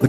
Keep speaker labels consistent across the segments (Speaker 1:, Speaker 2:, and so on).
Speaker 1: The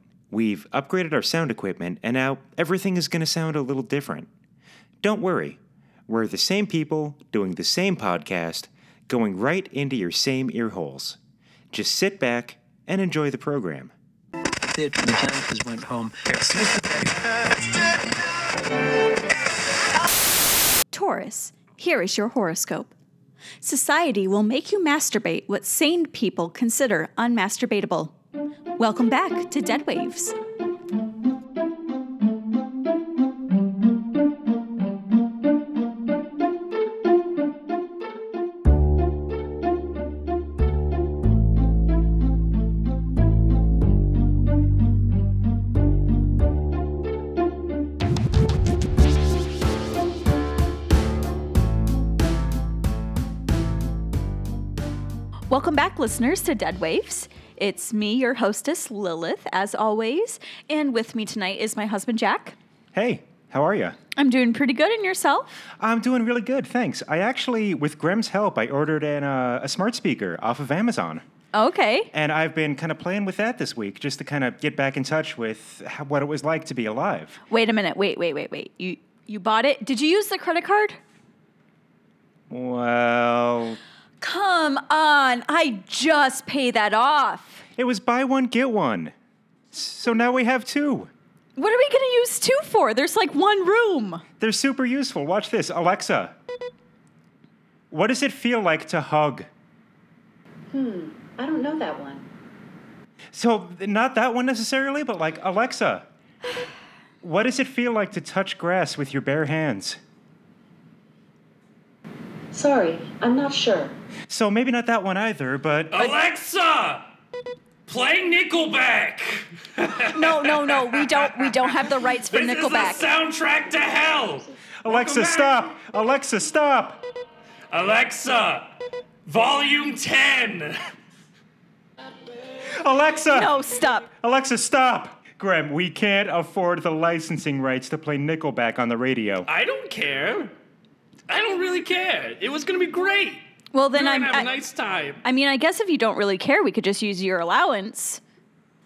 Speaker 2: we've upgraded our sound equipment, and now everything is going to sound a little different. Don't worry, we're the same people doing the same podcast, going right into your same ear holes. Just sit back and enjoy the program.
Speaker 3: The mechanicals went home.
Speaker 4: Taurus, here is your horoscope. Society will make you masturbate what sane people consider unmasturbatable. Welcome back to Dead Waves. Welcome back, listeners, to Dead Waves. It's me, your hostess, Lilith, as always. And with me tonight is my husband, Jack.
Speaker 2: Hey, how are you?
Speaker 4: I'm doing pretty good in yourself.
Speaker 2: I'm doing really good, thanks. I actually, with Grim's help, I ordered an, uh, a smart speaker off of Amazon.
Speaker 4: Okay.
Speaker 2: And I've been kind of playing with that this week just to kind of get back in touch with how, what it was like to be alive.
Speaker 4: Wait a minute. Wait, wait, wait, wait. You you bought it? Did you use the credit card?
Speaker 2: Well,
Speaker 4: Come on. I just pay that off.
Speaker 2: it was buy one, get one. So now we have two.
Speaker 4: What are we going to use two for? There's like one room.
Speaker 2: They're super useful. Watch this. Alexa, what does it feel like to hug?
Speaker 5: Hmm, I don't know that one.
Speaker 2: So, not that one necessarily, but like, Alexa, what does it feel like to touch grass with your bare hands?
Speaker 5: Sorry, I'm not sure.
Speaker 2: So, maybe not that one either,
Speaker 6: Uh,
Speaker 2: but.
Speaker 6: Alexa, play Nickelback.
Speaker 4: No, no, no. We don't we don't have the rights for
Speaker 6: This
Speaker 4: Nickelback.
Speaker 6: is the soundtrack to hell.
Speaker 2: Alexa,
Speaker 6: Welcome
Speaker 2: stop! Alexa, stop!
Speaker 6: Alexa, volume ten.
Speaker 2: Alexa!
Speaker 4: no, stop.
Speaker 2: Alexa, stop! Graham, we can't afford the licensing rights to play Nickelback on the radio.
Speaker 6: I don't care. I don't really care. It was gonna be great.
Speaker 4: Well, then
Speaker 6: We're
Speaker 4: I'm
Speaker 6: gonna have
Speaker 4: I,
Speaker 6: a nice time.
Speaker 4: I mean, I guess if you don't really care, we could just use your allowance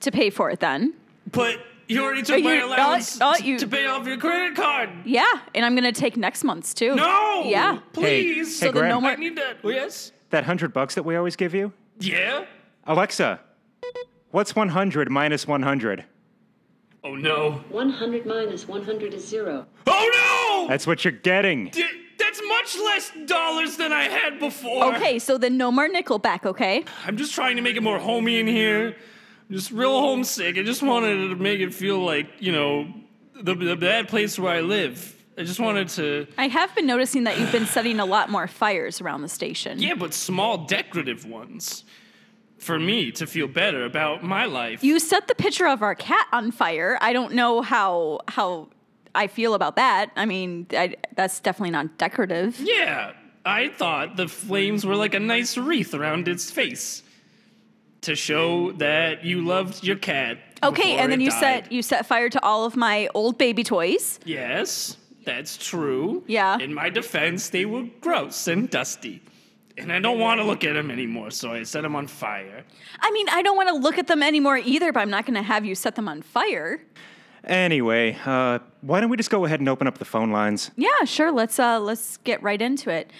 Speaker 4: to pay for it then.
Speaker 6: But you already took
Speaker 4: You-
Speaker 6: my
Speaker 4: not-
Speaker 6: allowance
Speaker 4: not
Speaker 6: t-
Speaker 4: you.
Speaker 6: to pay off your credit card.
Speaker 4: Yeah, and I'm going to take next month's too.
Speaker 6: No.
Speaker 4: Yeah.
Speaker 6: Please.
Speaker 2: hey,
Speaker 4: So then no
Speaker 2: Graham.
Speaker 6: I
Speaker 4: more
Speaker 6: need that. Oh, Yes.
Speaker 2: That hundred bucks that we always give you?
Speaker 6: Yeah.
Speaker 2: Alexa, what's 100 minus 100?
Speaker 6: Oh no.
Speaker 5: 100 minus 100 is zero.
Speaker 6: Oh no.
Speaker 2: That's what you're getting.
Speaker 6: D- That's much less dollars than I had before.
Speaker 4: Okay, so then no more Nickelback, okay?
Speaker 6: I'm just trying to make it more homey in here. I'm just real homesick. I just wanted to make it feel like, you know, the, the bad place where I live. I just wanted to.
Speaker 4: I have been noticing that you've been setting a lot more fires around the station.
Speaker 6: Yeah, but small decorative ones. For me to feel better about my life.
Speaker 4: You set the picture of our cat on fire. I don't know how how I feel about that. I mean, I, that's definitely not decorative.
Speaker 6: yeah, I thought the flames were like a nice wreath around its face to show that you loved your cat.
Speaker 4: Okay,
Speaker 6: before
Speaker 4: and then
Speaker 6: it
Speaker 4: you
Speaker 6: died.
Speaker 4: set you set fire to all of my old baby toys.
Speaker 6: Yes, that's true.
Speaker 4: Yeah.
Speaker 6: In my defense, they were gross and dusty. And I don't want to look at them anymore, so I set them on fire.
Speaker 4: I mean, I don't want to look at them anymore either, but I'm not going to have you set them on fire.
Speaker 2: Anyway, uh, why don't we just go ahead and open up the phone lines?
Speaker 4: Yeah, sure. Let's uh, let's get right into it.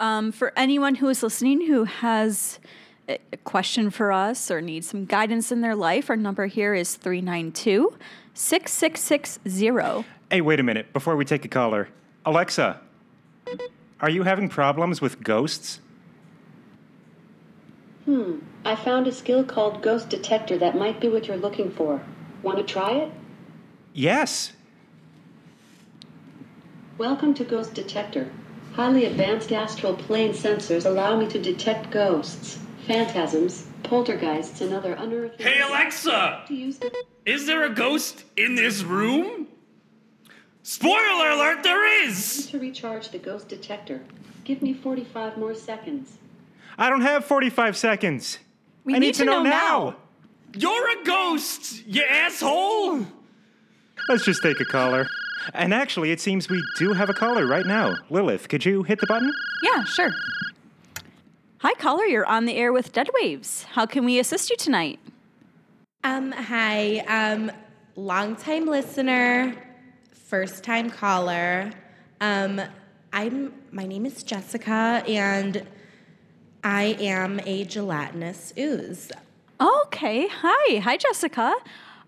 Speaker 4: Um, for anyone who is listening who has a a question for us or needs some guidance in their life, our number here is 392 6660.
Speaker 2: Hey, wait a minute before we take a caller. Alexa, are you having problems with ghosts?
Speaker 5: I found a skill called Ghost Detector that might be what you're looking for. Want to try it?
Speaker 2: Yes.
Speaker 5: Welcome to Ghost Detector. Highly advanced astral plane sensors allow me to detect ghosts, phantasms, poltergeists, and other unearthly.
Speaker 6: Hey, Alexa!
Speaker 5: To use the-
Speaker 6: Is there a ghost in this room? Spoiler alert, there is!
Speaker 5: to recharge the Ghost Detector. Give me 45 more seconds.
Speaker 2: I don't have 45 seconds.
Speaker 4: We
Speaker 2: I need, to, know, now.
Speaker 6: You're a ghost, you asshole!
Speaker 2: Let's just take a caller. And actually, it seems we do have a caller right now. Lilith, could you hit the button?
Speaker 4: Yeah, sure. Hi, caller. You're on the air with Dead Waves. How can we assist you tonight?
Speaker 7: Um, hi. Um, long time listener, first time caller. Um, I'm my name is Jessica, and I am a gelatinous ooze.
Speaker 4: Okay. Hi. Hi, Jessica.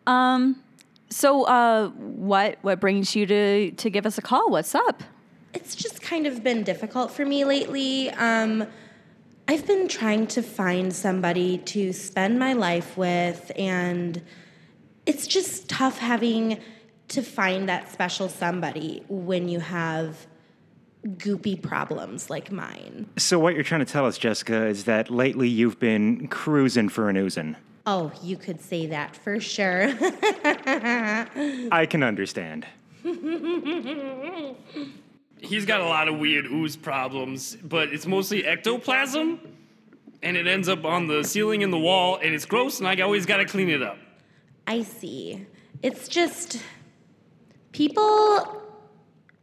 Speaker 4: Um, so, uh, what what brings you to to give us a call? What's up?
Speaker 7: It's just kind of been difficult for me lately. Um, I've been trying to find somebody to spend my life with, and it's just tough having to find that special somebody when you have goopy problems like mine.
Speaker 2: So, what you're trying to tell us, Jessica, is that lately you've been cruising for an oozin'.
Speaker 7: Oh, you could say that for sure.
Speaker 2: I can understand.
Speaker 6: He's got a lot of weird ooze problems, but it's mostly ectoplasm, and it ends up on the ceiling and the wall, and it's gross, and I always gotta clean it up.
Speaker 7: I see. It's just people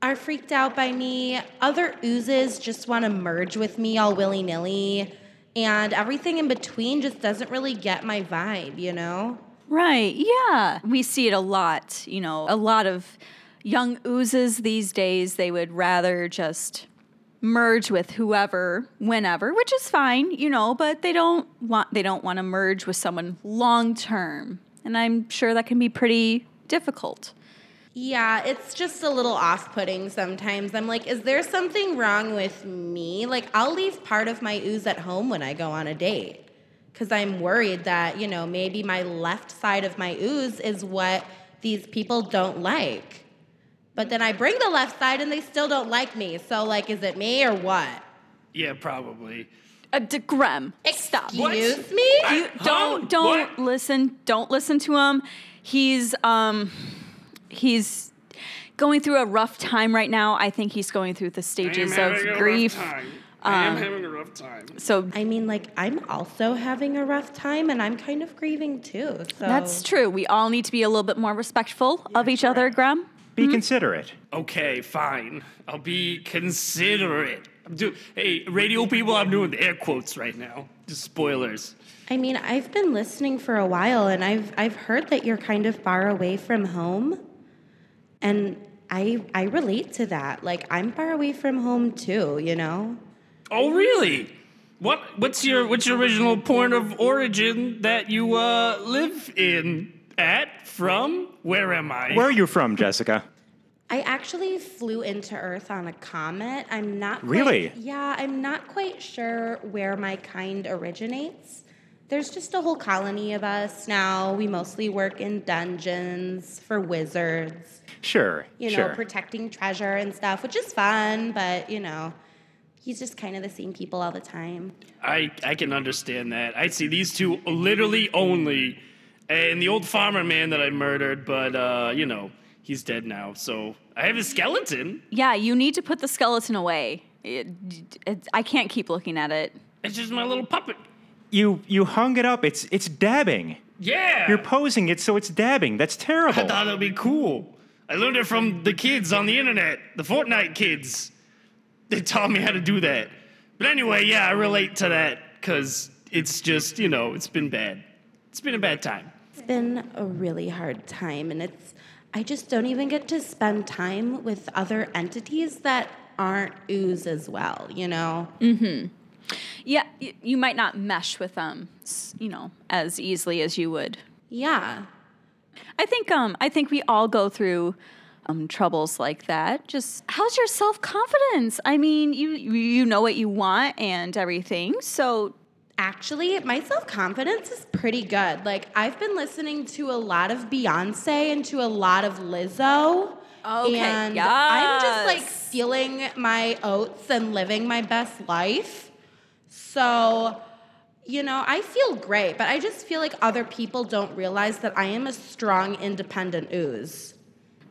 Speaker 7: are freaked out by me. Other oozes just want to merge with me all willy nilly. And everything in between just doesn't really get my vibe, you know?
Speaker 4: Right. Yeah. We see it a lot. You know, a lot of young oozes these days, they would rather just merge with whoever whenever which is fine you know but they don't want they don't want to merge with someone long term and i'm sure that can be pretty difficult
Speaker 7: Yeah, it's just a little off putting sometimes. I'm like, is there something wrong with me? Like, I'll leave part of my ooze at home when I go on a date because I'm worried that, you know, maybe my left side of my ooze is what these people don't like. But then I bring the left side and they still don't like me. So, like, is it me or what?
Speaker 6: Yeah, probably.
Speaker 4: uh, de- Grem, stop
Speaker 7: Excuse me?
Speaker 4: You
Speaker 6: Huh?
Speaker 4: don't don't
Speaker 6: Oh, What?
Speaker 4: listen. Don't listen to him. He's um he's going through a rough time right now. I think he's going through the
Speaker 6: I am
Speaker 4: stages of
Speaker 6: having a rough
Speaker 4: grief.
Speaker 6: time. I am having a rough time.
Speaker 4: So
Speaker 7: I mean, like, I'm also having a rough time and I'm kind of grieving too. So
Speaker 4: that's true. We all need to be a little bit more respectful of each other, Graham.
Speaker 2: Be considerate.
Speaker 6: Okay, fine. I'll be considerate. I'm do- hey, radio people, I'm doing the air quotes right now. Just spoilers.
Speaker 7: I mean, I've been listening for a while and I've I've heard that you're kind of far away from home. And I I relate to that. Like I'm far away from home too, you know?
Speaker 6: Oh, really? What? What's your What's your original point of origin that you uh live in at from? Where am I?
Speaker 2: Where are you from, Jessica?
Speaker 7: I actually flew into Earth on a comet. I'm not quite,
Speaker 2: Really?
Speaker 7: Yeah, I'm not quite sure where my kind originates. There's just a whole colony of us now. We mostly work in dungeons for wizards.
Speaker 2: Sure.
Speaker 7: you know,
Speaker 2: sure.
Speaker 7: protecting treasure and stuff, which is fun, but you know, he's just kind of the same people all the time.
Speaker 6: I I can understand that. I see these two literally only, and the old farmer man that I murdered, but uh, you know, he's dead now. So I have his skeleton.
Speaker 4: Yeah, you need to put the skeleton away. It, it, I can't keep looking at it.
Speaker 6: It's just my little puppet.
Speaker 2: you you hung it up. It's it's dabbing.
Speaker 6: Yeah.
Speaker 2: You're posing it so it's dabbing. That's terrible.
Speaker 6: I thought it'd be cool. I learned it from the kids on the internet, the Fortnite kids. They taught me how to do that. But anyway, yeah, I relate to that because it's just, you know, it's been bad. It's been a bad time.
Speaker 7: It's been a really hard time, and it's I just don't even get to spend time with other entities that aren't ooze as well, you know?
Speaker 4: Yeah, y- you might not mesh with them, s- you know, as easily as you would
Speaker 7: Yeah.
Speaker 4: I think um I think we all go through um, troubles like that. Just how's your self confidence? I mean, you you know what you want and everything. So
Speaker 7: Actually, my self confidence is pretty good. Like, I've been listening to a lot of Beyonce and to a lot of Lizzo.
Speaker 4: Okay,
Speaker 7: And I'm just like
Speaker 4: yes.
Speaker 7: feeling my oats and living my best life. So, you know, I feel great, but I just feel like other people don't realize that I am a strong, independent ooze.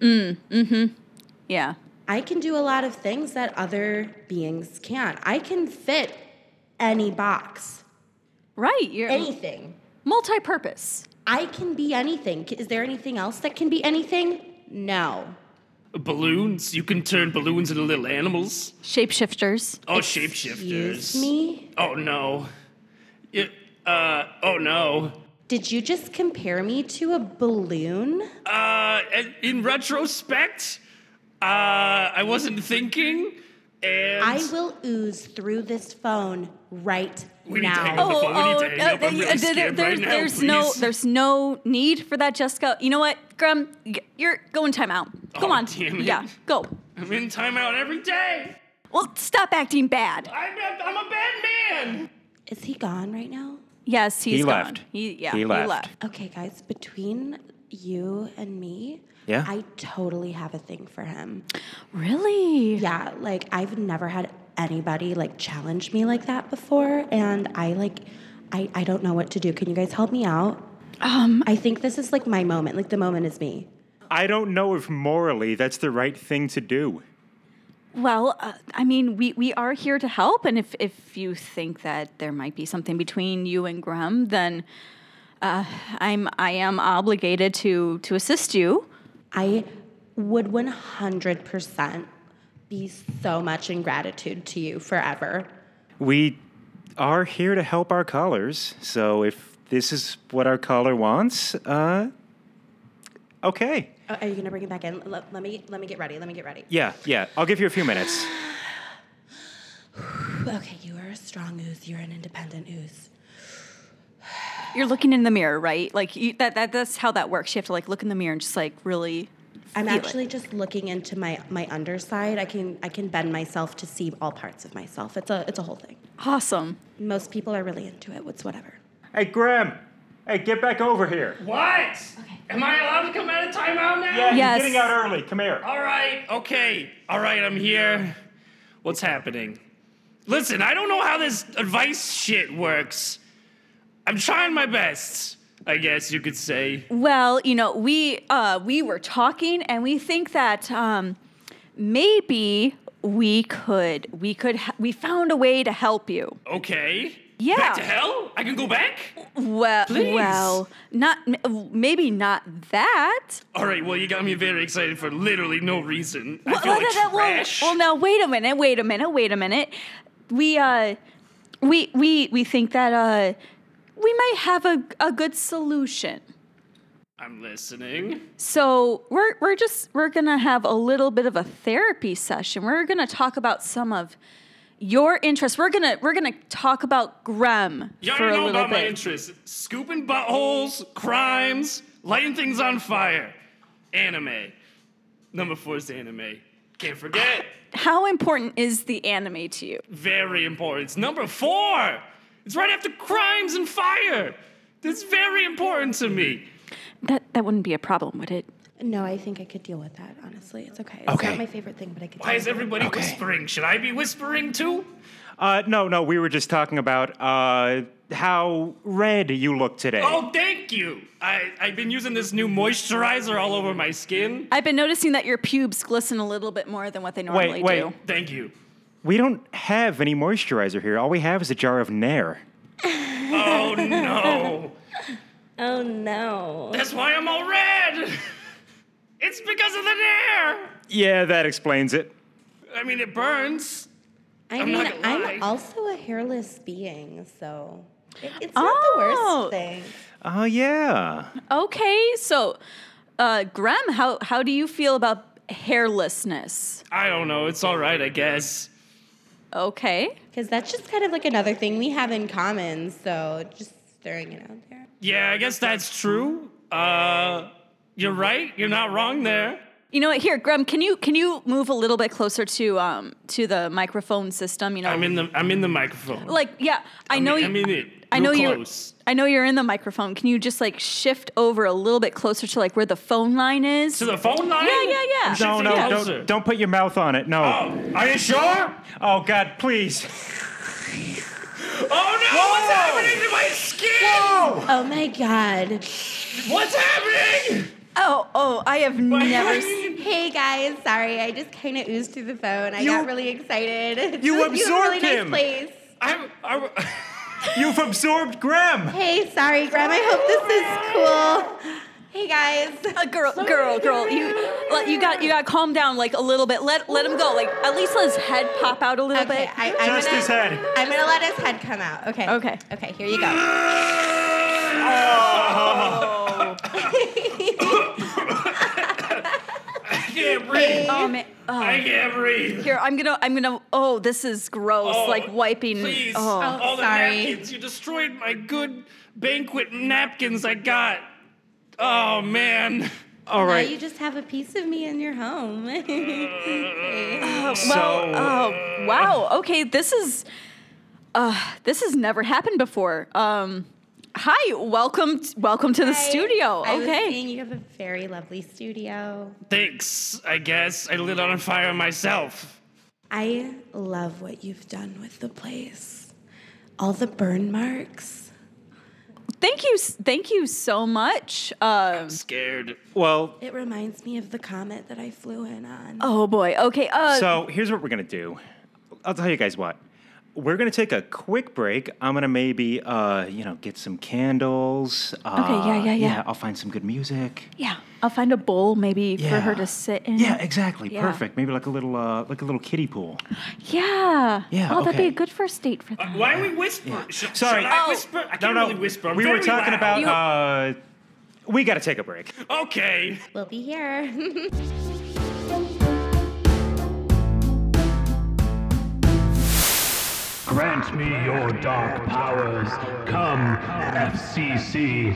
Speaker 4: yeah,
Speaker 7: I can do a lot of things that other beings can't. I can fit any box,
Speaker 4: right. You're
Speaker 7: anything.
Speaker 4: multi purpose.
Speaker 7: I can be anything. Is there anything else that can be anything? No.
Speaker 6: Balloons. You can turn balloons into little animals.
Speaker 4: Shapeshifters.
Speaker 6: Oh,
Speaker 7: Excuse
Speaker 6: shapeshifters.
Speaker 7: me?
Speaker 6: Oh no. It, uh. Oh no.
Speaker 7: Did you just compare me to a balloon?
Speaker 6: Uh. and In retrospect, uh, I wasn't thinking, and
Speaker 7: I will ooze through this phone right
Speaker 6: Oh, We need to hang
Speaker 7: now.
Speaker 6: up. phone, we need to hang up. I'm
Speaker 4: uh,
Speaker 6: really
Speaker 4: there-
Speaker 6: scared
Speaker 4: there's,
Speaker 6: right now,
Speaker 4: there's no
Speaker 6: please.
Speaker 4: there's no need for that, Jessica. You know what, Grum? Y- You're going timeout. Go
Speaker 6: Oh,
Speaker 4: on.
Speaker 6: damn it.
Speaker 4: Yeah, go.
Speaker 6: I'm in timeout every day.
Speaker 4: Well, stop acting bad.
Speaker 6: I'm a, I'm a bad man.
Speaker 7: Is he gone right now?
Speaker 4: Yes, he's
Speaker 2: He
Speaker 4: gone.
Speaker 2: left.
Speaker 4: He, yeah,
Speaker 2: He
Speaker 4: he
Speaker 2: left.
Speaker 4: left.
Speaker 7: Okay, guys, between you and me,
Speaker 2: Yeah?
Speaker 7: I totally have a thing for him.
Speaker 4: Really?
Speaker 7: Yeah, like I've never had anybody like challenge me like that before, and I like, I I don't know what to do. Can you guys help me out? Um, I think this is like my moment. Like the moment is me.
Speaker 2: I don't know if morally that's the right thing to do.
Speaker 4: Well, uh, I mean, we, we are here to help, and if, if you think that there might be something between you and Grum, then uh, I'm I am obligated to to assist you.
Speaker 7: I would one hundred percent be so much in gratitude to you forever.
Speaker 2: We are here to help our callers, so if this is what our caller wants, uh, okay.
Speaker 7: Uh, Are you gonna bring it back in? Let, let me let me get ready. Let me get ready.
Speaker 2: Yeah, yeah. I'll give you a few minutes.
Speaker 7: Okay, you are a strong ooze. You're an independent ooze.
Speaker 4: You're looking in the mirror, right? Like you, that, that that's how that works. You have to like look in the mirror and just like really.
Speaker 7: I'm
Speaker 4: feel it.
Speaker 7: actually just looking into my my underside. I can I can bend myself to see all parts of myself. It's a it's a whole thing.
Speaker 4: Awesome.
Speaker 7: Most people are really into it. What's whatever.
Speaker 2: Hey, Graham. Hey, get back over here.
Speaker 6: What? Am I allowed to come out of timeout now?
Speaker 2: Yeah,
Speaker 4: Yes.
Speaker 2: you're getting out early. Come here.
Speaker 6: All right, okay. All right, I'm here. What's happening? Listen, I don't know how this advice shit works. I'm trying my best, I guess you could say.
Speaker 4: Well, you know, we uh, we were talking, and we think that um, maybe we could we could ha- we found a way to help you.
Speaker 6: Okay.
Speaker 4: Yeah.
Speaker 6: Back to hell? I can go back?
Speaker 4: Well,
Speaker 6: Please.
Speaker 4: well, not m- maybe not that.
Speaker 6: All right, well, you got me very excited for literally no reason. I
Speaker 4: Well,
Speaker 6: feel
Speaker 4: well,
Speaker 6: like
Speaker 4: that- well,
Speaker 6: trash.
Speaker 4: well, now wait a minute, wait a minute, wait a minute. We uh, we we we think that uh, we might have a a good solution.
Speaker 6: I'm listening.
Speaker 4: So we're we're just we're gonna have a little bit of a therapy session. We're gonna talk about some of your interests. We're gonna we're gonna talk about Grem
Speaker 6: You
Speaker 4: for
Speaker 6: already
Speaker 4: a
Speaker 6: know
Speaker 4: little
Speaker 6: about my
Speaker 4: bit.
Speaker 6: interests scooping buttholes, crimes, lighting things on fire. Anime. Number four is anime. Can't forget.
Speaker 4: How important is the anime to you?
Speaker 6: Very important. It's number four. It's right after crimes and fire. That's very important to me.
Speaker 4: That that wouldn't be a problem, would it?
Speaker 7: No, I think I could deal with that. Honestly, it's okay. It's
Speaker 2: Okay.
Speaker 7: not my favorite thing, but I could.
Speaker 6: Why
Speaker 7: deal
Speaker 6: is
Speaker 7: with it.
Speaker 6: everybody whispering? Should I be whispering too?
Speaker 2: Uh, no, no, we were just talking about uh, how red you look today.
Speaker 6: Oh, thank you. I, I've been using this new moisturizer all over my skin.
Speaker 4: I've been noticing that your pubes glisten a little bit more than what they normally
Speaker 2: wait.
Speaker 4: do.
Speaker 6: Thank you.
Speaker 2: We don't have any moisturizer here. All we have is a jar of Nair.
Speaker 6: Oh no.
Speaker 7: Oh no.
Speaker 6: That's why I'm all red. It's because of the nair.
Speaker 2: Yeah, that explains it.
Speaker 6: I mean, it burns.
Speaker 7: I
Speaker 6: I'm
Speaker 7: mean,
Speaker 6: not gonna
Speaker 7: I'm
Speaker 6: lie.
Speaker 7: also a hairless being, so it- it's not the
Speaker 4: Oh.
Speaker 7: worst thing.
Speaker 2: Oh, yeah.
Speaker 4: Okay, so uh Graham, how how do you feel about hairlessness?
Speaker 6: I don't know. It's all right, I guess.
Speaker 4: Okay.
Speaker 7: Because that's just kind of like another thing we have in common. So just throwing it out there.
Speaker 6: Yeah, I guess that's true. Uh, you're right. You're not wrong there.
Speaker 4: You know what? Here, Graham, can you can you move a little bit closer to um to the microphone system? You know,
Speaker 6: I'm in the I'm in the microphone.
Speaker 4: like yeah, I
Speaker 6: I'm
Speaker 4: know
Speaker 6: in-
Speaker 4: you.
Speaker 6: I'm in it.
Speaker 4: I
Speaker 6: Real
Speaker 4: know you're.
Speaker 6: close.
Speaker 4: I know you're in the microphone. Can you just like shift over a little bit closer to like where the phone line is?
Speaker 6: to the phone line.
Speaker 4: Yeah, yeah, yeah.
Speaker 6: I'm
Speaker 2: No,
Speaker 6: shifting
Speaker 2: no,
Speaker 4: Yeah.
Speaker 6: closer.
Speaker 2: don't, don't put your mouth on it. No.
Speaker 6: Oh, are you sure?
Speaker 2: Oh, God, please.
Speaker 6: Oh no! What's happening to my skin?
Speaker 7: Oh my god.
Speaker 6: What's happening?
Speaker 4: oh, oh, I have never. s-
Speaker 7: Hey guys, sorry, I just kind of oozed through the phone. I got really excited.
Speaker 2: you
Speaker 7: This is a really
Speaker 2: absorbed
Speaker 7: nice
Speaker 2: him.
Speaker 7: place.
Speaker 6: I'm. I'm
Speaker 2: You've absorbed Graham.
Speaker 7: Hey, sorry, Graham. I hope this is cool. Hey guys.
Speaker 4: Uh, girl, girl, girl, you like, you got you got to calm down like a little bit. Let let him go. Like at least let his head pop out a little
Speaker 7: Okay,
Speaker 4: bit.
Speaker 7: I, I'm
Speaker 2: Just
Speaker 7: gonna,
Speaker 2: his head.
Speaker 7: I'm gonna let his head come out. Okay.
Speaker 4: Okay.
Speaker 7: Okay. Here you go.
Speaker 6: I can't breathe.
Speaker 4: oh man. Oh.
Speaker 6: I can't breathe.
Speaker 4: Here, I'm gonna, I'm gonna. Oh, this is gross.
Speaker 6: Oh,
Speaker 4: like wiping.
Speaker 6: Please.
Speaker 4: Oh,
Speaker 6: All the
Speaker 7: sorry.
Speaker 6: napkins. You destroyed my good banquet napkins I got. Oh man.
Speaker 2: All
Speaker 7: Now
Speaker 2: right.
Speaker 7: you just have a piece of me in your home.
Speaker 4: well,
Speaker 2: so-
Speaker 4: oh, wow. Okay, this is, uh, this has never happened before. Um, hi, welcome, t- welcome to the studio.
Speaker 7: I was
Speaker 4: okay.
Speaker 7: saying you have a very lovely studio.
Speaker 6: Thanks. I guess I lit on fire myself.
Speaker 7: I love what you've done with the place. All the burn marks.
Speaker 4: Thank you, s- thank you so much. Um,
Speaker 6: Scared.
Speaker 2: well,
Speaker 7: It reminds me of the comet that I flew in on.
Speaker 4: oh boy. Okay. Uh,
Speaker 2: So here's what we're gonna do. I'll tell you guys what. We're gonna take a quick break. I'm gonna maybe, uh, you know, get some candles. Uh,
Speaker 4: yeah, yeah, yeah.
Speaker 2: I'll find some good music.
Speaker 4: yeah, I'll find a bowl maybe for
Speaker 2: Yeah.
Speaker 4: her to sit in.
Speaker 2: Yeah, exactly.
Speaker 4: Yeah.
Speaker 2: Perfect. Maybe like a little, uh, like a little kiddie pool.
Speaker 4: Yeah.
Speaker 2: Yeah,
Speaker 4: Oh, that'd be
Speaker 2: okay.
Speaker 4: a good first date for them.
Speaker 6: Why are we whispering? Sh-
Speaker 2: Sorry.
Speaker 6: Should I
Speaker 4: Oh.
Speaker 6: whisper? I can't
Speaker 2: no, no.
Speaker 6: really whisper. I'm
Speaker 2: we were
Speaker 6: very
Speaker 2: talking
Speaker 6: loud.
Speaker 2: about. Uh, we gotta take a break.
Speaker 6: Okay.
Speaker 7: We'll be here.
Speaker 8: Grant me your dark powers. Come, FCC,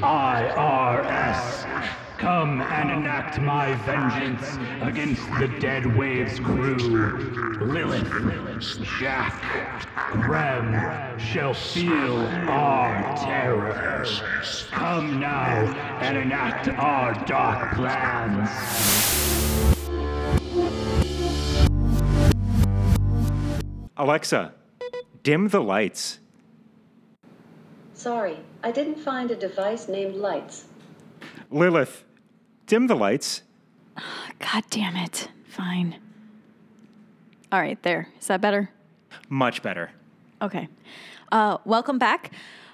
Speaker 8: IRS. Come and enact my vengeance against the Dead Waves crew. Lilith, Jack, Graham shall feel our terror. Come now and enact our dark plans.
Speaker 2: Alexa, dim the lights.
Speaker 5: Sorry, I didn't find a device named Lights.
Speaker 2: Lilith, dim the lights.
Speaker 4: God damn it. Fine. All right, there. Is that better?
Speaker 2: Much better.
Speaker 4: Okay. Uh, welcome back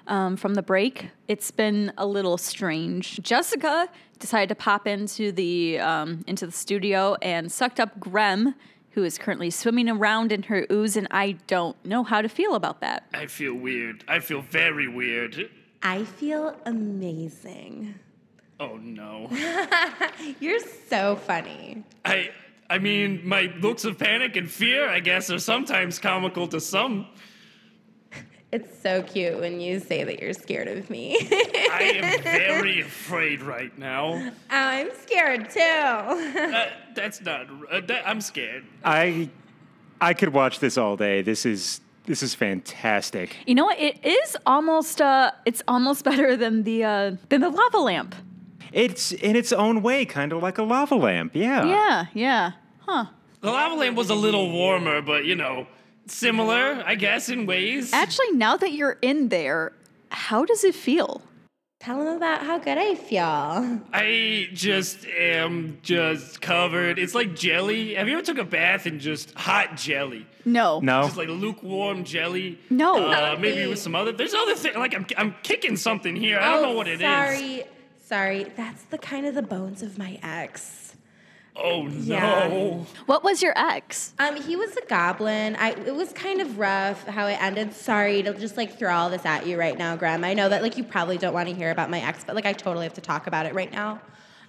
Speaker 4: um, from the break. It's been a little strange. Jessica decided to pop into the um, into the studio and sucked up Grem, who is currently swimming around in her ooze, and I don't know how to feel about that.
Speaker 6: I feel weird. I feel very weird.
Speaker 7: I feel amazing.
Speaker 6: Oh no.
Speaker 7: You're so funny.
Speaker 6: I I mean, my looks of panic and fear, I guess, are sometimes comical to some.
Speaker 7: It's so cute when you say that you're scared of me. Oh,
Speaker 6: I am very afraid right now.
Speaker 7: I'm scared too.
Speaker 6: Uh, that's not. Uh, that, I'm scared.
Speaker 2: I, I could watch this all day. This is this is fantastic.
Speaker 4: You know what? It is almost uh, it's almost better than the uh, than the lava lamp.
Speaker 2: It's in its own way, kind of like a lava lamp. Yeah.
Speaker 4: Yeah, yeah. Huh.
Speaker 6: The lava lamp was a little warmer, but you know, similar, I guess, in ways.
Speaker 4: Actually, now that you're in there, how does it feel?
Speaker 7: Tell him about how good I feel.
Speaker 6: I just am just covered. It's like jelly. Have you ever took a bath in just hot jelly?
Speaker 4: No.
Speaker 2: No.
Speaker 6: Just like lukewarm jelly.
Speaker 4: No.
Speaker 6: Uh,
Speaker 7: would
Speaker 6: maybe
Speaker 7: be-
Speaker 6: with some other. There's other thing. Like I'm, I'm kicking something here. I don't know what it is.
Speaker 7: Oh, sorry. Sorry. That's the kind of the bones of my ex.
Speaker 6: Oh no.
Speaker 7: Yeah.
Speaker 4: What was your ex?
Speaker 7: Um, he was a goblin. I it was kind of rough how it ended. Sorry to just like throw all this at you right now, Graham. I know that like you probably don't want to hear about my ex, but like I totally have to talk about it right now.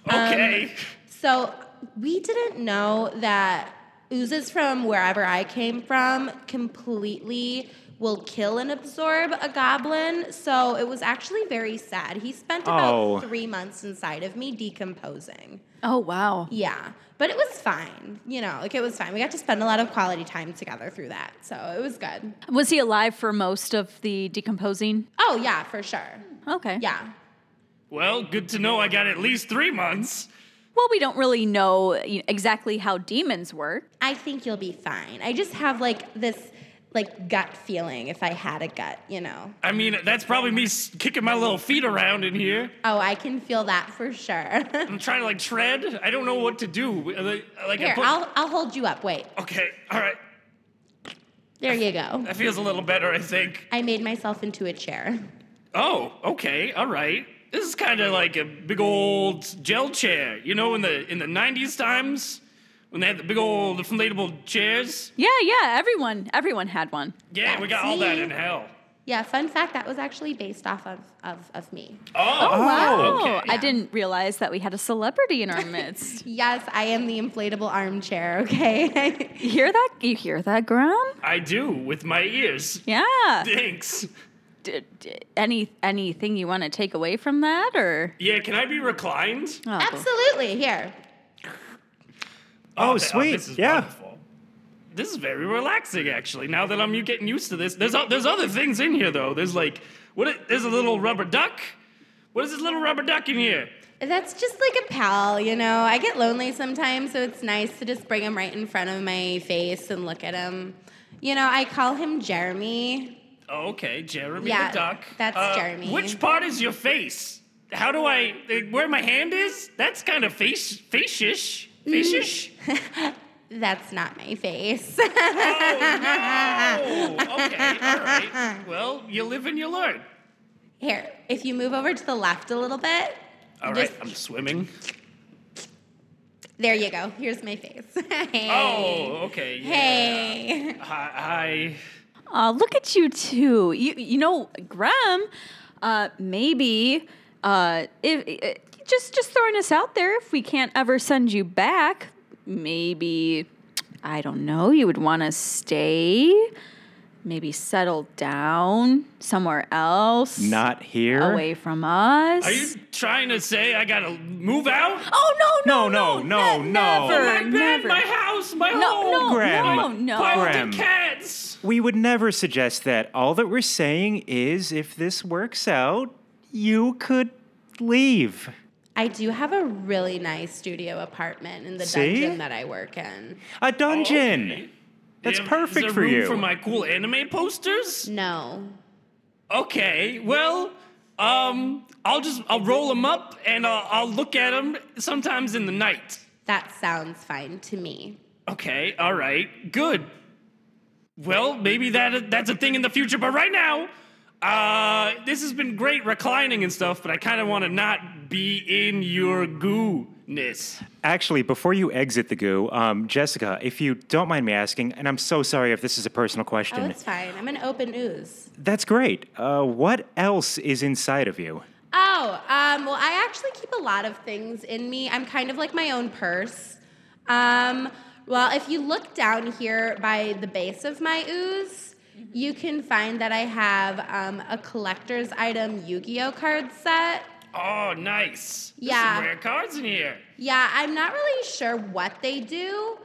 Speaker 7: Um,
Speaker 6: Okay.
Speaker 7: So we didn't know that oozes from wherever I came from completely will kill and absorb a goblin. So it was actually very sad. He spent about
Speaker 2: Oh.
Speaker 7: three months inside of me decomposing.
Speaker 4: Oh wow.
Speaker 7: Yeah, but it was fine. You know, like it was fine. We got to spend a lot of quality time together through that. So it was good.
Speaker 4: Was he alive for most of the decomposing?
Speaker 7: Oh, yeah, for sure.
Speaker 4: Okay.
Speaker 7: Yeah.
Speaker 6: Well, good to know I got at least three months.
Speaker 4: Well, we don't really know you know, exactly how demons work.
Speaker 7: I think you'll be fine. I just have like this like gut feeling if I had a gut, you know.
Speaker 6: I mean, that's probably me s- kicking my little feet around in here.
Speaker 7: Oh, I can feel that for sure.
Speaker 6: I'm trying to like tread. I don't know what to do. Uh, Like, like I
Speaker 7: Here,
Speaker 6: put-
Speaker 7: I'll I'll hold you up. Wait.
Speaker 6: Okay, all right.
Speaker 7: There you go.
Speaker 6: That feels a little better, I think.
Speaker 7: I made myself into a chair.
Speaker 6: Oh, okay, all right. This is kind of like a big old gel chair. You know, in the in the '90s times, when they had the big old inflatable chairs.
Speaker 4: Yeah, yeah. Everyone, everyone had one.
Speaker 6: Yeah, we got all that
Speaker 7: See?
Speaker 6: in hell.
Speaker 7: Yeah, fun fact, that was actually based off of of, of me.
Speaker 6: Oh, wow. okay.
Speaker 4: I didn't realize that we had a celebrity in our midst.
Speaker 7: Yes, I am the inflatable armchair, okay?
Speaker 4: you hear that? You hear that, Graham?
Speaker 6: I do with my ears.
Speaker 4: Yeah.
Speaker 6: Thanks.
Speaker 4: D- d- any anything you want to take away from that, or
Speaker 6: Yeah, can I be reclined?
Speaker 4: Oh,
Speaker 7: Absolutely. Here.
Speaker 2: Oh,
Speaker 6: th-
Speaker 2: sweet.
Speaker 6: this is
Speaker 2: yeah.
Speaker 6: wonderful. This is very relaxing, actually. Now that I'm you getting used to this, there's o- there's other things in here though. There's like what? i- There's a little rubber duck. What is this little rubber duck in here?
Speaker 7: That's just like a pal, you know. I get lonely sometimes, so it's nice to just bring him right in front of my face and look at him. You know, I call him Jeremy.
Speaker 6: Oh, okay, Jeremy
Speaker 7: Yeah,
Speaker 6: the duck. Uh,
Speaker 7: that's Jeremy.
Speaker 6: Which part is your face? How do I? eh, Where my hand is? That's kind of face facish.
Speaker 7: Mm.
Speaker 6: Facish.
Speaker 7: That's not my face.
Speaker 6: oh no. Okay. All right. Well, you live and you learn.
Speaker 7: Here, if you move over to the left a little bit,
Speaker 6: All right.
Speaker 7: Just-
Speaker 6: I'm swimming.
Speaker 7: there you go. Here's my face. hey.
Speaker 6: Oh, okay. yeah.
Speaker 7: Hey.
Speaker 6: Hi. hi.
Speaker 4: Uh, look at you two. You you know, Graham. Uh, maybe uh, if eh, just just throwing us out there, if we can't ever send you back, maybe I don't know. You would want to stay, maybe settle down somewhere else,
Speaker 2: Not here.
Speaker 4: away from us.
Speaker 6: Are you trying to say I gotta move out?
Speaker 4: Oh no
Speaker 2: No,
Speaker 4: no
Speaker 2: no, no,
Speaker 4: ne-
Speaker 2: no.
Speaker 6: Oh my
Speaker 4: never
Speaker 6: bed,
Speaker 4: never.
Speaker 6: my house, my
Speaker 4: Oh, No,
Speaker 6: home.
Speaker 4: no,
Speaker 2: Graham.
Speaker 4: no, no.
Speaker 6: Pile of
Speaker 2: Graham.
Speaker 6: dead cats.
Speaker 2: We would never suggest that. All that we're saying is if this works out, you could leave.
Speaker 7: I do have a really nice studio apartment in the
Speaker 2: See?
Speaker 7: dungeon that I work in.
Speaker 2: A dungeon.
Speaker 6: Okay.
Speaker 2: That's
Speaker 6: Yeah,
Speaker 2: perfect
Speaker 6: is there
Speaker 2: for
Speaker 6: room
Speaker 2: you.
Speaker 6: For my cool anime posters.
Speaker 7: No.
Speaker 6: Okay. Well, um, I'll just I'll roll them up and I'll, I'll look at them sometimes in the night.
Speaker 7: That sounds fine to me.
Speaker 6: Okay. All right. Good. Well, maybe that that's a thing in the future, but right now, uh, this has been great reclining and stuff, but I kind of want to not be in your goo-ness.
Speaker 2: Actually, before you exit the goo, um, Jessica, if you don't mind me asking, and I'm so sorry if this is a personal
Speaker 7: Oh,
Speaker 2: question.
Speaker 7: it's fine. I'm an open ooze.
Speaker 2: That's great. Uh, what else is inside of you?
Speaker 7: Oh, um, well, I actually keep a lot of things in me. I'm kind of like my own purse. Um, well, if you look down here by the base of my ooze, you can find that I have um, a collector's item Yu Gi Oh card set.
Speaker 6: Oh, nice. There's
Speaker 7: Yeah.
Speaker 6: some rare cards in here.
Speaker 7: Yeah, I'm not really sure what they do,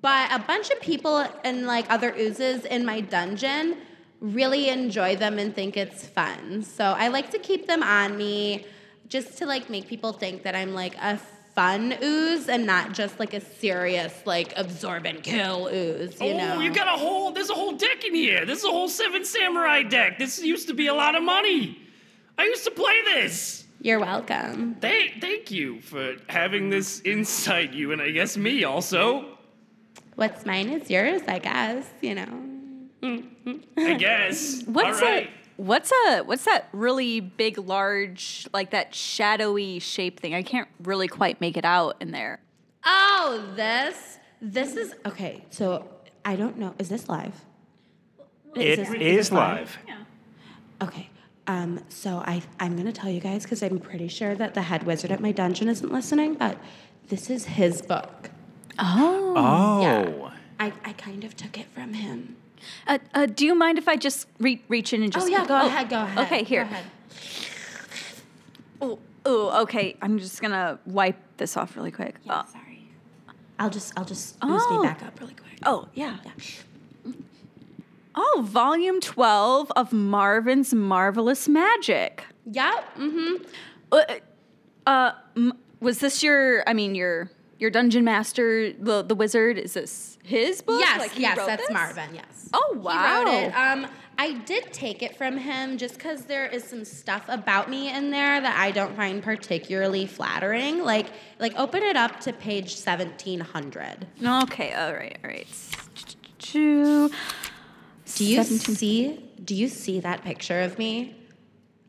Speaker 7: but a bunch of people and like other oozes in my dungeon really enjoy them and think it's fun. So I like to keep them on me just to like make people think that I'm like a fun ooze and not just like a serious like absorb and kill ooze, you
Speaker 6: oh,
Speaker 7: know.
Speaker 6: you got a whole. There's a whole deck in here. This is a whole Seven Samurai deck. This used to be a lot of money. I used to play this.
Speaker 7: You're welcome.
Speaker 6: Thank, thank you for having this inside you, and I guess me also.
Speaker 7: What's mine is yours, I guess, you know.
Speaker 6: I guess.
Speaker 4: What's
Speaker 6: All right.
Speaker 4: a what's a what's that really big, large, like that shadowy shape thing? I can't really quite make it out in there.
Speaker 7: Oh, this this is okay. So I don't know. Is this live?
Speaker 2: It
Speaker 7: this-
Speaker 2: is live.
Speaker 7: Okay. Um, so I I'm gonna tell you guys because I'm pretty sure that the head wizard at my dungeon isn't listening, but this is his book.
Speaker 4: Oh,
Speaker 2: Oh.
Speaker 7: I, I kind of took it from him.
Speaker 4: Uh, uh, do you mind if I just re- reach in and just?
Speaker 7: oh yeah, go ahead, go ahead.
Speaker 4: Okay, here.
Speaker 7: Go ahead.
Speaker 4: Oh, oh, okay. I'm just gonna wipe this off really quick. Uh,
Speaker 7: Sorry. I'll just I'll just boost
Speaker 4: Oh.
Speaker 7: me back up really quick.
Speaker 4: oh yeah.
Speaker 7: Yeah.
Speaker 4: Oh, volume twelve of Marvin's Marvelous Magic.
Speaker 7: Yep. Mm-hmm.
Speaker 4: Uh, uh, m- was this your? I mean, your your dungeon master, the the wizard. Is this his book?
Speaker 7: Yes,
Speaker 4: Like, he
Speaker 7: yes,
Speaker 4: wrote
Speaker 7: that's
Speaker 4: this?
Speaker 7: Marvin. Yes.
Speaker 4: Oh wow.
Speaker 7: He wrote it. Um, I did take it from him just because there is some stuff about me in there that I don't find particularly flattering. Like, like open it up to page seventeen hundred.
Speaker 4: Okay, all right, all right. Choo-
Speaker 7: Do you
Speaker 4: 17.
Speaker 7: see? Do you see that picture of me?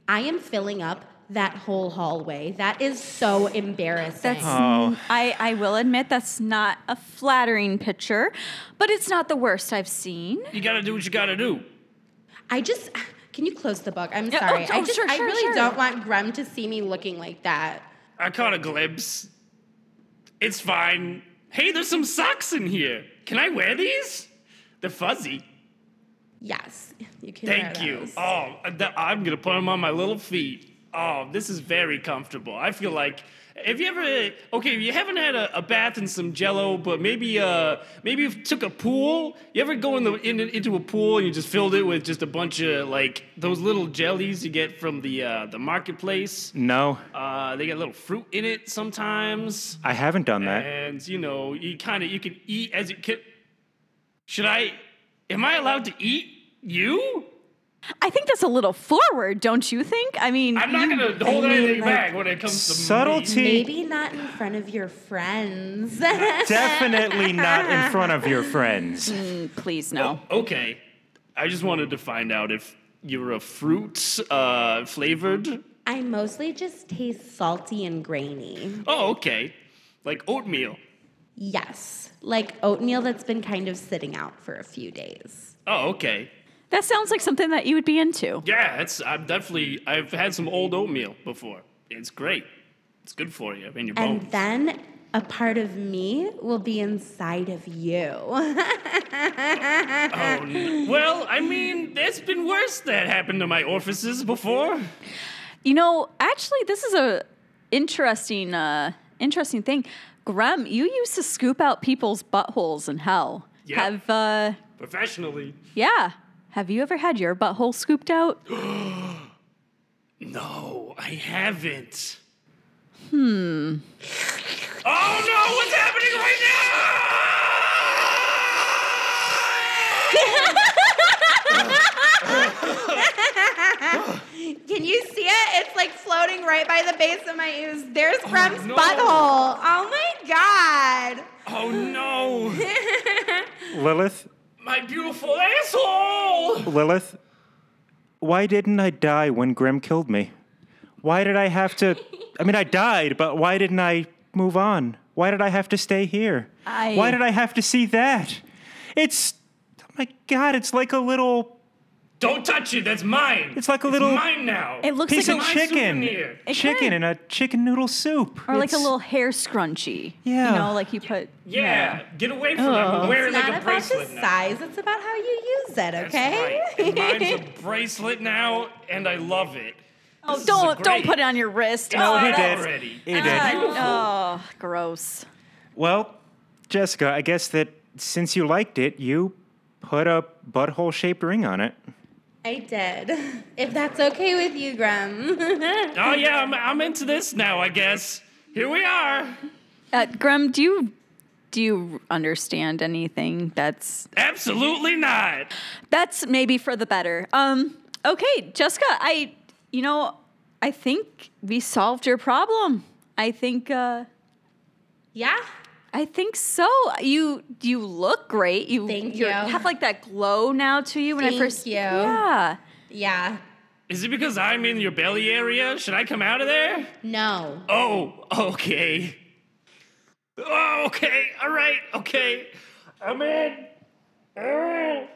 Speaker 7: I am filling up that whole hallway. That is so embarrassing.
Speaker 4: That's I, I will admit that's not a flattering picture, but it's not the worst I've seen.
Speaker 6: You gotta do what you gotta do.
Speaker 7: I just can you close the book? I'm
Speaker 4: Yeah, oh,
Speaker 7: sorry.
Speaker 4: oh,
Speaker 7: I just
Speaker 4: sure,
Speaker 7: I
Speaker 4: sure,
Speaker 7: really
Speaker 4: sure.
Speaker 7: don't want Grem to see me looking like that.
Speaker 6: I caught a glimpse. It's fine. Hey, there's some socks in here. Can I wear these? They're fuzzy.
Speaker 7: Yes, you can. wear
Speaker 6: Thank you.
Speaker 7: those.
Speaker 6: Oh, th- I'm gonna put them on my little feet. Oh, this is very comfortable. I feel like if you ever okay, if you haven't had a, a bath and some Jello, but maybe uh maybe you took a pool. You ever go in the in, into a pool and you just filled it with just a bunch of like those little jellies you get from the uh, the marketplace.
Speaker 2: No,
Speaker 6: Uh, they get a little fruit in it sometimes,
Speaker 2: I haven't done that.
Speaker 6: and you know you kind of you can eat as you can. Should I? Am I allowed to eat you?
Speaker 4: I think that's a little forward, don't you think? I mean,
Speaker 6: I'm not gonna hold anything back when it comes to me.
Speaker 2: Subtlety,
Speaker 7: Maybe not in front of your friends.
Speaker 2: definitely not in front of your friends.
Speaker 4: please no.
Speaker 6: Okay, I just wanted to find out if you were a fruit uh, flavored.
Speaker 7: I mostly just taste salty and grainy.
Speaker 6: Oh, okay, like oatmeal.
Speaker 7: Yes, like oatmeal that's been kind of sitting out for a few days.
Speaker 6: Oh, okay.
Speaker 4: That sounds like something that you would be into.
Speaker 6: Yeah, it's. I'm definitely. I've had some old oatmeal before. It's great. It's good for you and your
Speaker 7: And
Speaker 6: bones.
Speaker 7: then a part of me will be inside of you.
Speaker 6: Oh, n- well, I mean, there's been worse that happened to my orifices before.
Speaker 4: You know, actually, this is a interesting, uh, interesting thing. Grem, you used to scoop out people's buttholes in hell.
Speaker 6: Yeah.
Speaker 4: Have, uh,
Speaker 6: Professionally,
Speaker 4: yeah. Have you ever had your butthole scooped out?
Speaker 6: No, I haven't. Hmm. Oh no, what's happening right now?
Speaker 7: Can you see it? It's like floating right by the base of my ooze. There's Brem's
Speaker 6: Oh, no.
Speaker 7: butthole. Oh my god.
Speaker 6: oh no,
Speaker 2: Lilith,
Speaker 6: my beautiful asshole!
Speaker 2: Lilith, why didn't I die when Grim killed me? Why did I have to? I mean, I died, but why didn't I move on? Why did I have to stay here?
Speaker 4: I-
Speaker 2: Why did I have to see that? It's, oh my God, it's like a little,
Speaker 6: Don't touch it. That's mine.
Speaker 2: It's like a little-
Speaker 6: mine now.
Speaker 4: It looks
Speaker 2: piece
Speaker 4: like
Speaker 2: of
Speaker 4: a-
Speaker 6: My
Speaker 2: chicken,
Speaker 6: souvenir.
Speaker 4: It
Speaker 2: chicken
Speaker 4: could.
Speaker 2: in a chicken noodle soup,
Speaker 4: Or like a
Speaker 2: It's-
Speaker 4: little hair scrunchie.
Speaker 2: Yeah.
Speaker 4: You know, like you put.
Speaker 6: yeah, get away from it.
Speaker 2: Oh.
Speaker 6: I'm wearing
Speaker 7: It's
Speaker 6: like
Speaker 7: not
Speaker 6: a
Speaker 7: about the
Speaker 6: bracelet now.
Speaker 7: size, it's about how you use it,
Speaker 6: That's
Speaker 7: okay?
Speaker 6: right. Mine's a bracelet now, and I love it.
Speaker 4: Oh,
Speaker 6: is
Speaker 4: don't
Speaker 6: great.
Speaker 4: don't put it on your wrist.
Speaker 6: No,
Speaker 4: Oh,
Speaker 6: he
Speaker 4: that-
Speaker 6: did. already.
Speaker 2: He did.
Speaker 4: Oh, gross.
Speaker 2: Well, Jessica, I guess that since you liked it, you put a butthole shaped ring on it.
Speaker 7: I did. If that's okay with you, Grum.
Speaker 6: Oh yeah, I'm, I'm into this now. I guess here we are.
Speaker 4: Uh, Grum, do you do you understand anything? That's
Speaker 6: Absolutely not.
Speaker 4: that's maybe for the better. Um, okay, Jessica, I you know I think we solved your problem. I think uh,
Speaker 7: yeah.
Speaker 4: I think so. You you look great. You
Speaker 7: Thank
Speaker 4: you're-
Speaker 7: you.
Speaker 4: have like that glow now to you. When I
Speaker 7: Thank
Speaker 4: first
Speaker 7: you.
Speaker 4: yeah.
Speaker 7: Yeah.
Speaker 6: Is it because I'm in your belly area? Should I come out of there?
Speaker 7: No.
Speaker 6: Oh, okay. Oh, okay. All right. Okay. I'm in. Alright.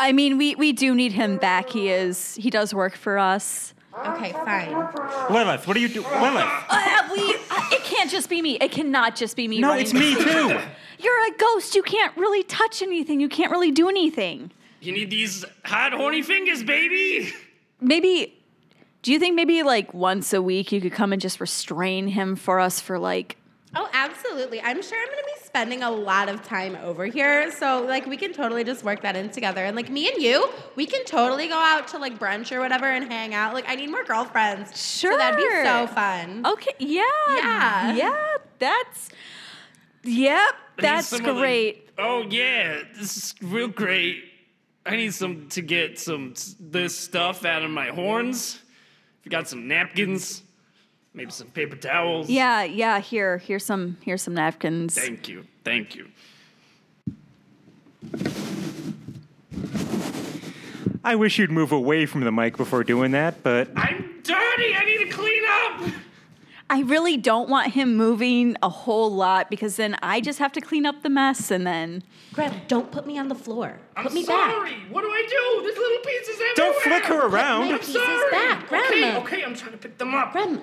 Speaker 4: I mean, we we do need him back. He is he does work for us.
Speaker 7: Okay, fine.
Speaker 2: Lilith, what are you doing? Lilith.
Speaker 4: Uh, we uh, it can't just be me. It cannot just be me.
Speaker 2: No,
Speaker 4: running
Speaker 2: it's
Speaker 4: this.
Speaker 2: me too.
Speaker 4: You're a ghost. You can't really touch anything. You can't really do anything.
Speaker 6: You need these hot, horny fingers, baby.
Speaker 4: Maybe, do you think maybe like once a week you could come and just restrain him for us for like,
Speaker 7: Oh, absolutely. I'm sure I'm going to be spending a lot of time over here. So, like, we can totally just work that in together. And, like, me and you, we can totally go out to, like, brunch or whatever and hang out. Like, I need more girlfriends. So that'd be
Speaker 4: Sure.
Speaker 7: so fun.
Speaker 4: okay, yeah,
Speaker 7: Yeah.
Speaker 4: yeah, that's, yep,
Speaker 6: I need
Speaker 4: that's
Speaker 6: some of the-
Speaker 4: great.
Speaker 6: oh yeah, this is real great. I need some to get some s- this stuff out of my horns. If you got some napkins, maybe some paper towels.
Speaker 4: Yeah, yeah. Here, here's some, here's some napkins.
Speaker 6: Thank you. Thank you.
Speaker 2: I wish you'd move away from the mic before doing that, but
Speaker 6: I'm dirty. I need to clean up.
Speaker 4: I really don't want him moving a whole lot because then I just have to clean up the mess and then
Speaker 7: Greg, don't put me on the floor.
Speaker 6: I'm
Speaker 7: put me
Speaker 6: sorry.
Speaker 7: back.
Speaker 6: What do I do? There's little pieces everywhere.
Speaker 2: don't flick her
Speaker 7: my
Speaker 2: around.
Speaker 7: pieces
Speaker 6: Sorry.
Speaker 7: back. Grab
Speaker 6: okay,
Speaker 7: them.
Speaker 6: okay, I'm trying to pick them up.
Speaker 7: Grab them.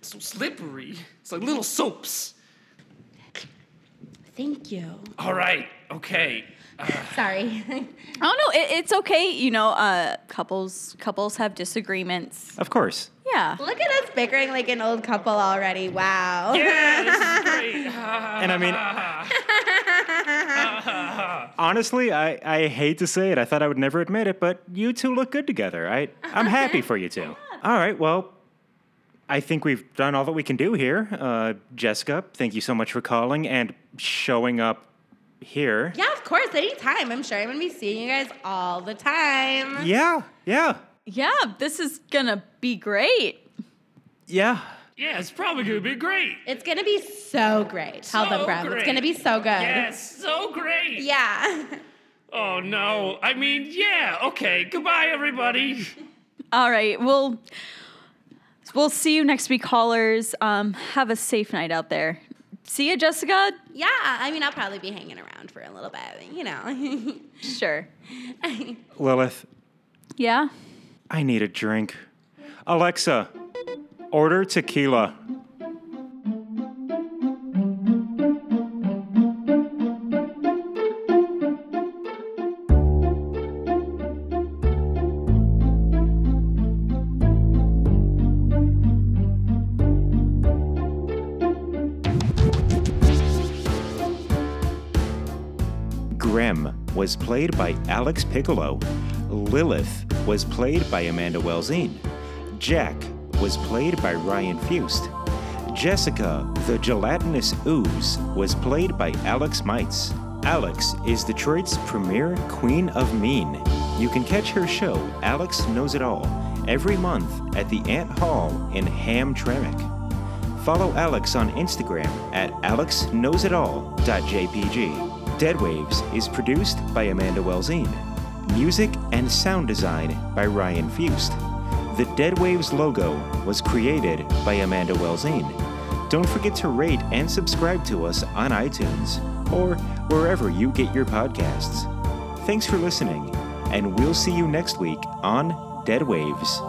Speaker 6: so slippery. It's like little soaps.
Speaker 7: Thank you.
Speaker 6: All right. Okay.
Speaker 7: Sorry.
Speaker 4: I don't know. It, it's okay, you know. Uh, couples couples have disagreements.
Speaker 2: Of course.
Speaker 4: Yeah.
Speaker 7: Look at us bickering like an old couple already. Wow.
Speaker 6: Yeah, this is great. Ah,
Speaker 2: And I mean, honestly, I, I hate to say it. I thought I would never admit it, but you two look good together. I, I'm happy for you two. All right, well, I think we've done all that we can do here. Uh, Jessica, thank you so much for calling and showing up here.
Speaker 7: Yeah, of course. Anytime. I'm sure I'm going to be seeing you guys all the time.
Speaker 2: Yeah, yeah,
Speaker 4: Yeah, this is gonna be great.
Speaker 2: yeah.
Speaker 6: yeah, it's probably gonna be great.
Speaker 7: It's going to be so great. Tell
Speaker 6: So
Speaker 7: them, Greg.
Speaker 6: great.
Speaker 7: It's going to be so good.
Speaker 6: Yes, so great.
Speaker 7: Yeah.
Speaker 6: Oh no. I mean, yeah. Okay. Goodbye, everybody.
Speaker 4: All right. We'll we'll see you next week, callers. Um, have a safe night out there. See you, Jessica.
Speaker 7: Yeah. I mean, I'll probably be hanging around for a little bit, you know.
Speaker 4: Sure.
Speaker 2: Lilith,
Speaker 4: Yeah.
Speaker 2: I need a drink. Alexa, order tequila. Grem was played by Alex Piccolo. Lilith was played by Amanda Welzine. Jack was played by Ryan Fust. Jessica, the gelatinous ooze, was played by Alex Mites. Alex is Detroit's premier Queen of Mean. You can catch her show, Alex Knows It All, every month at the Ant Hall in Hamtramck. Follow Alex on Instagram at alexknowsitall.jpg. Dead Waves is produced by Amanda Welzine. Music and sound design by Ryan Fust. The Dead Waves logo was created by Amanda Welzine. Don't forget to rate and subscribe to us on iTunes or wherever you get your podcasts. Thanks for listening, and we'll see you next week on Dead Waves.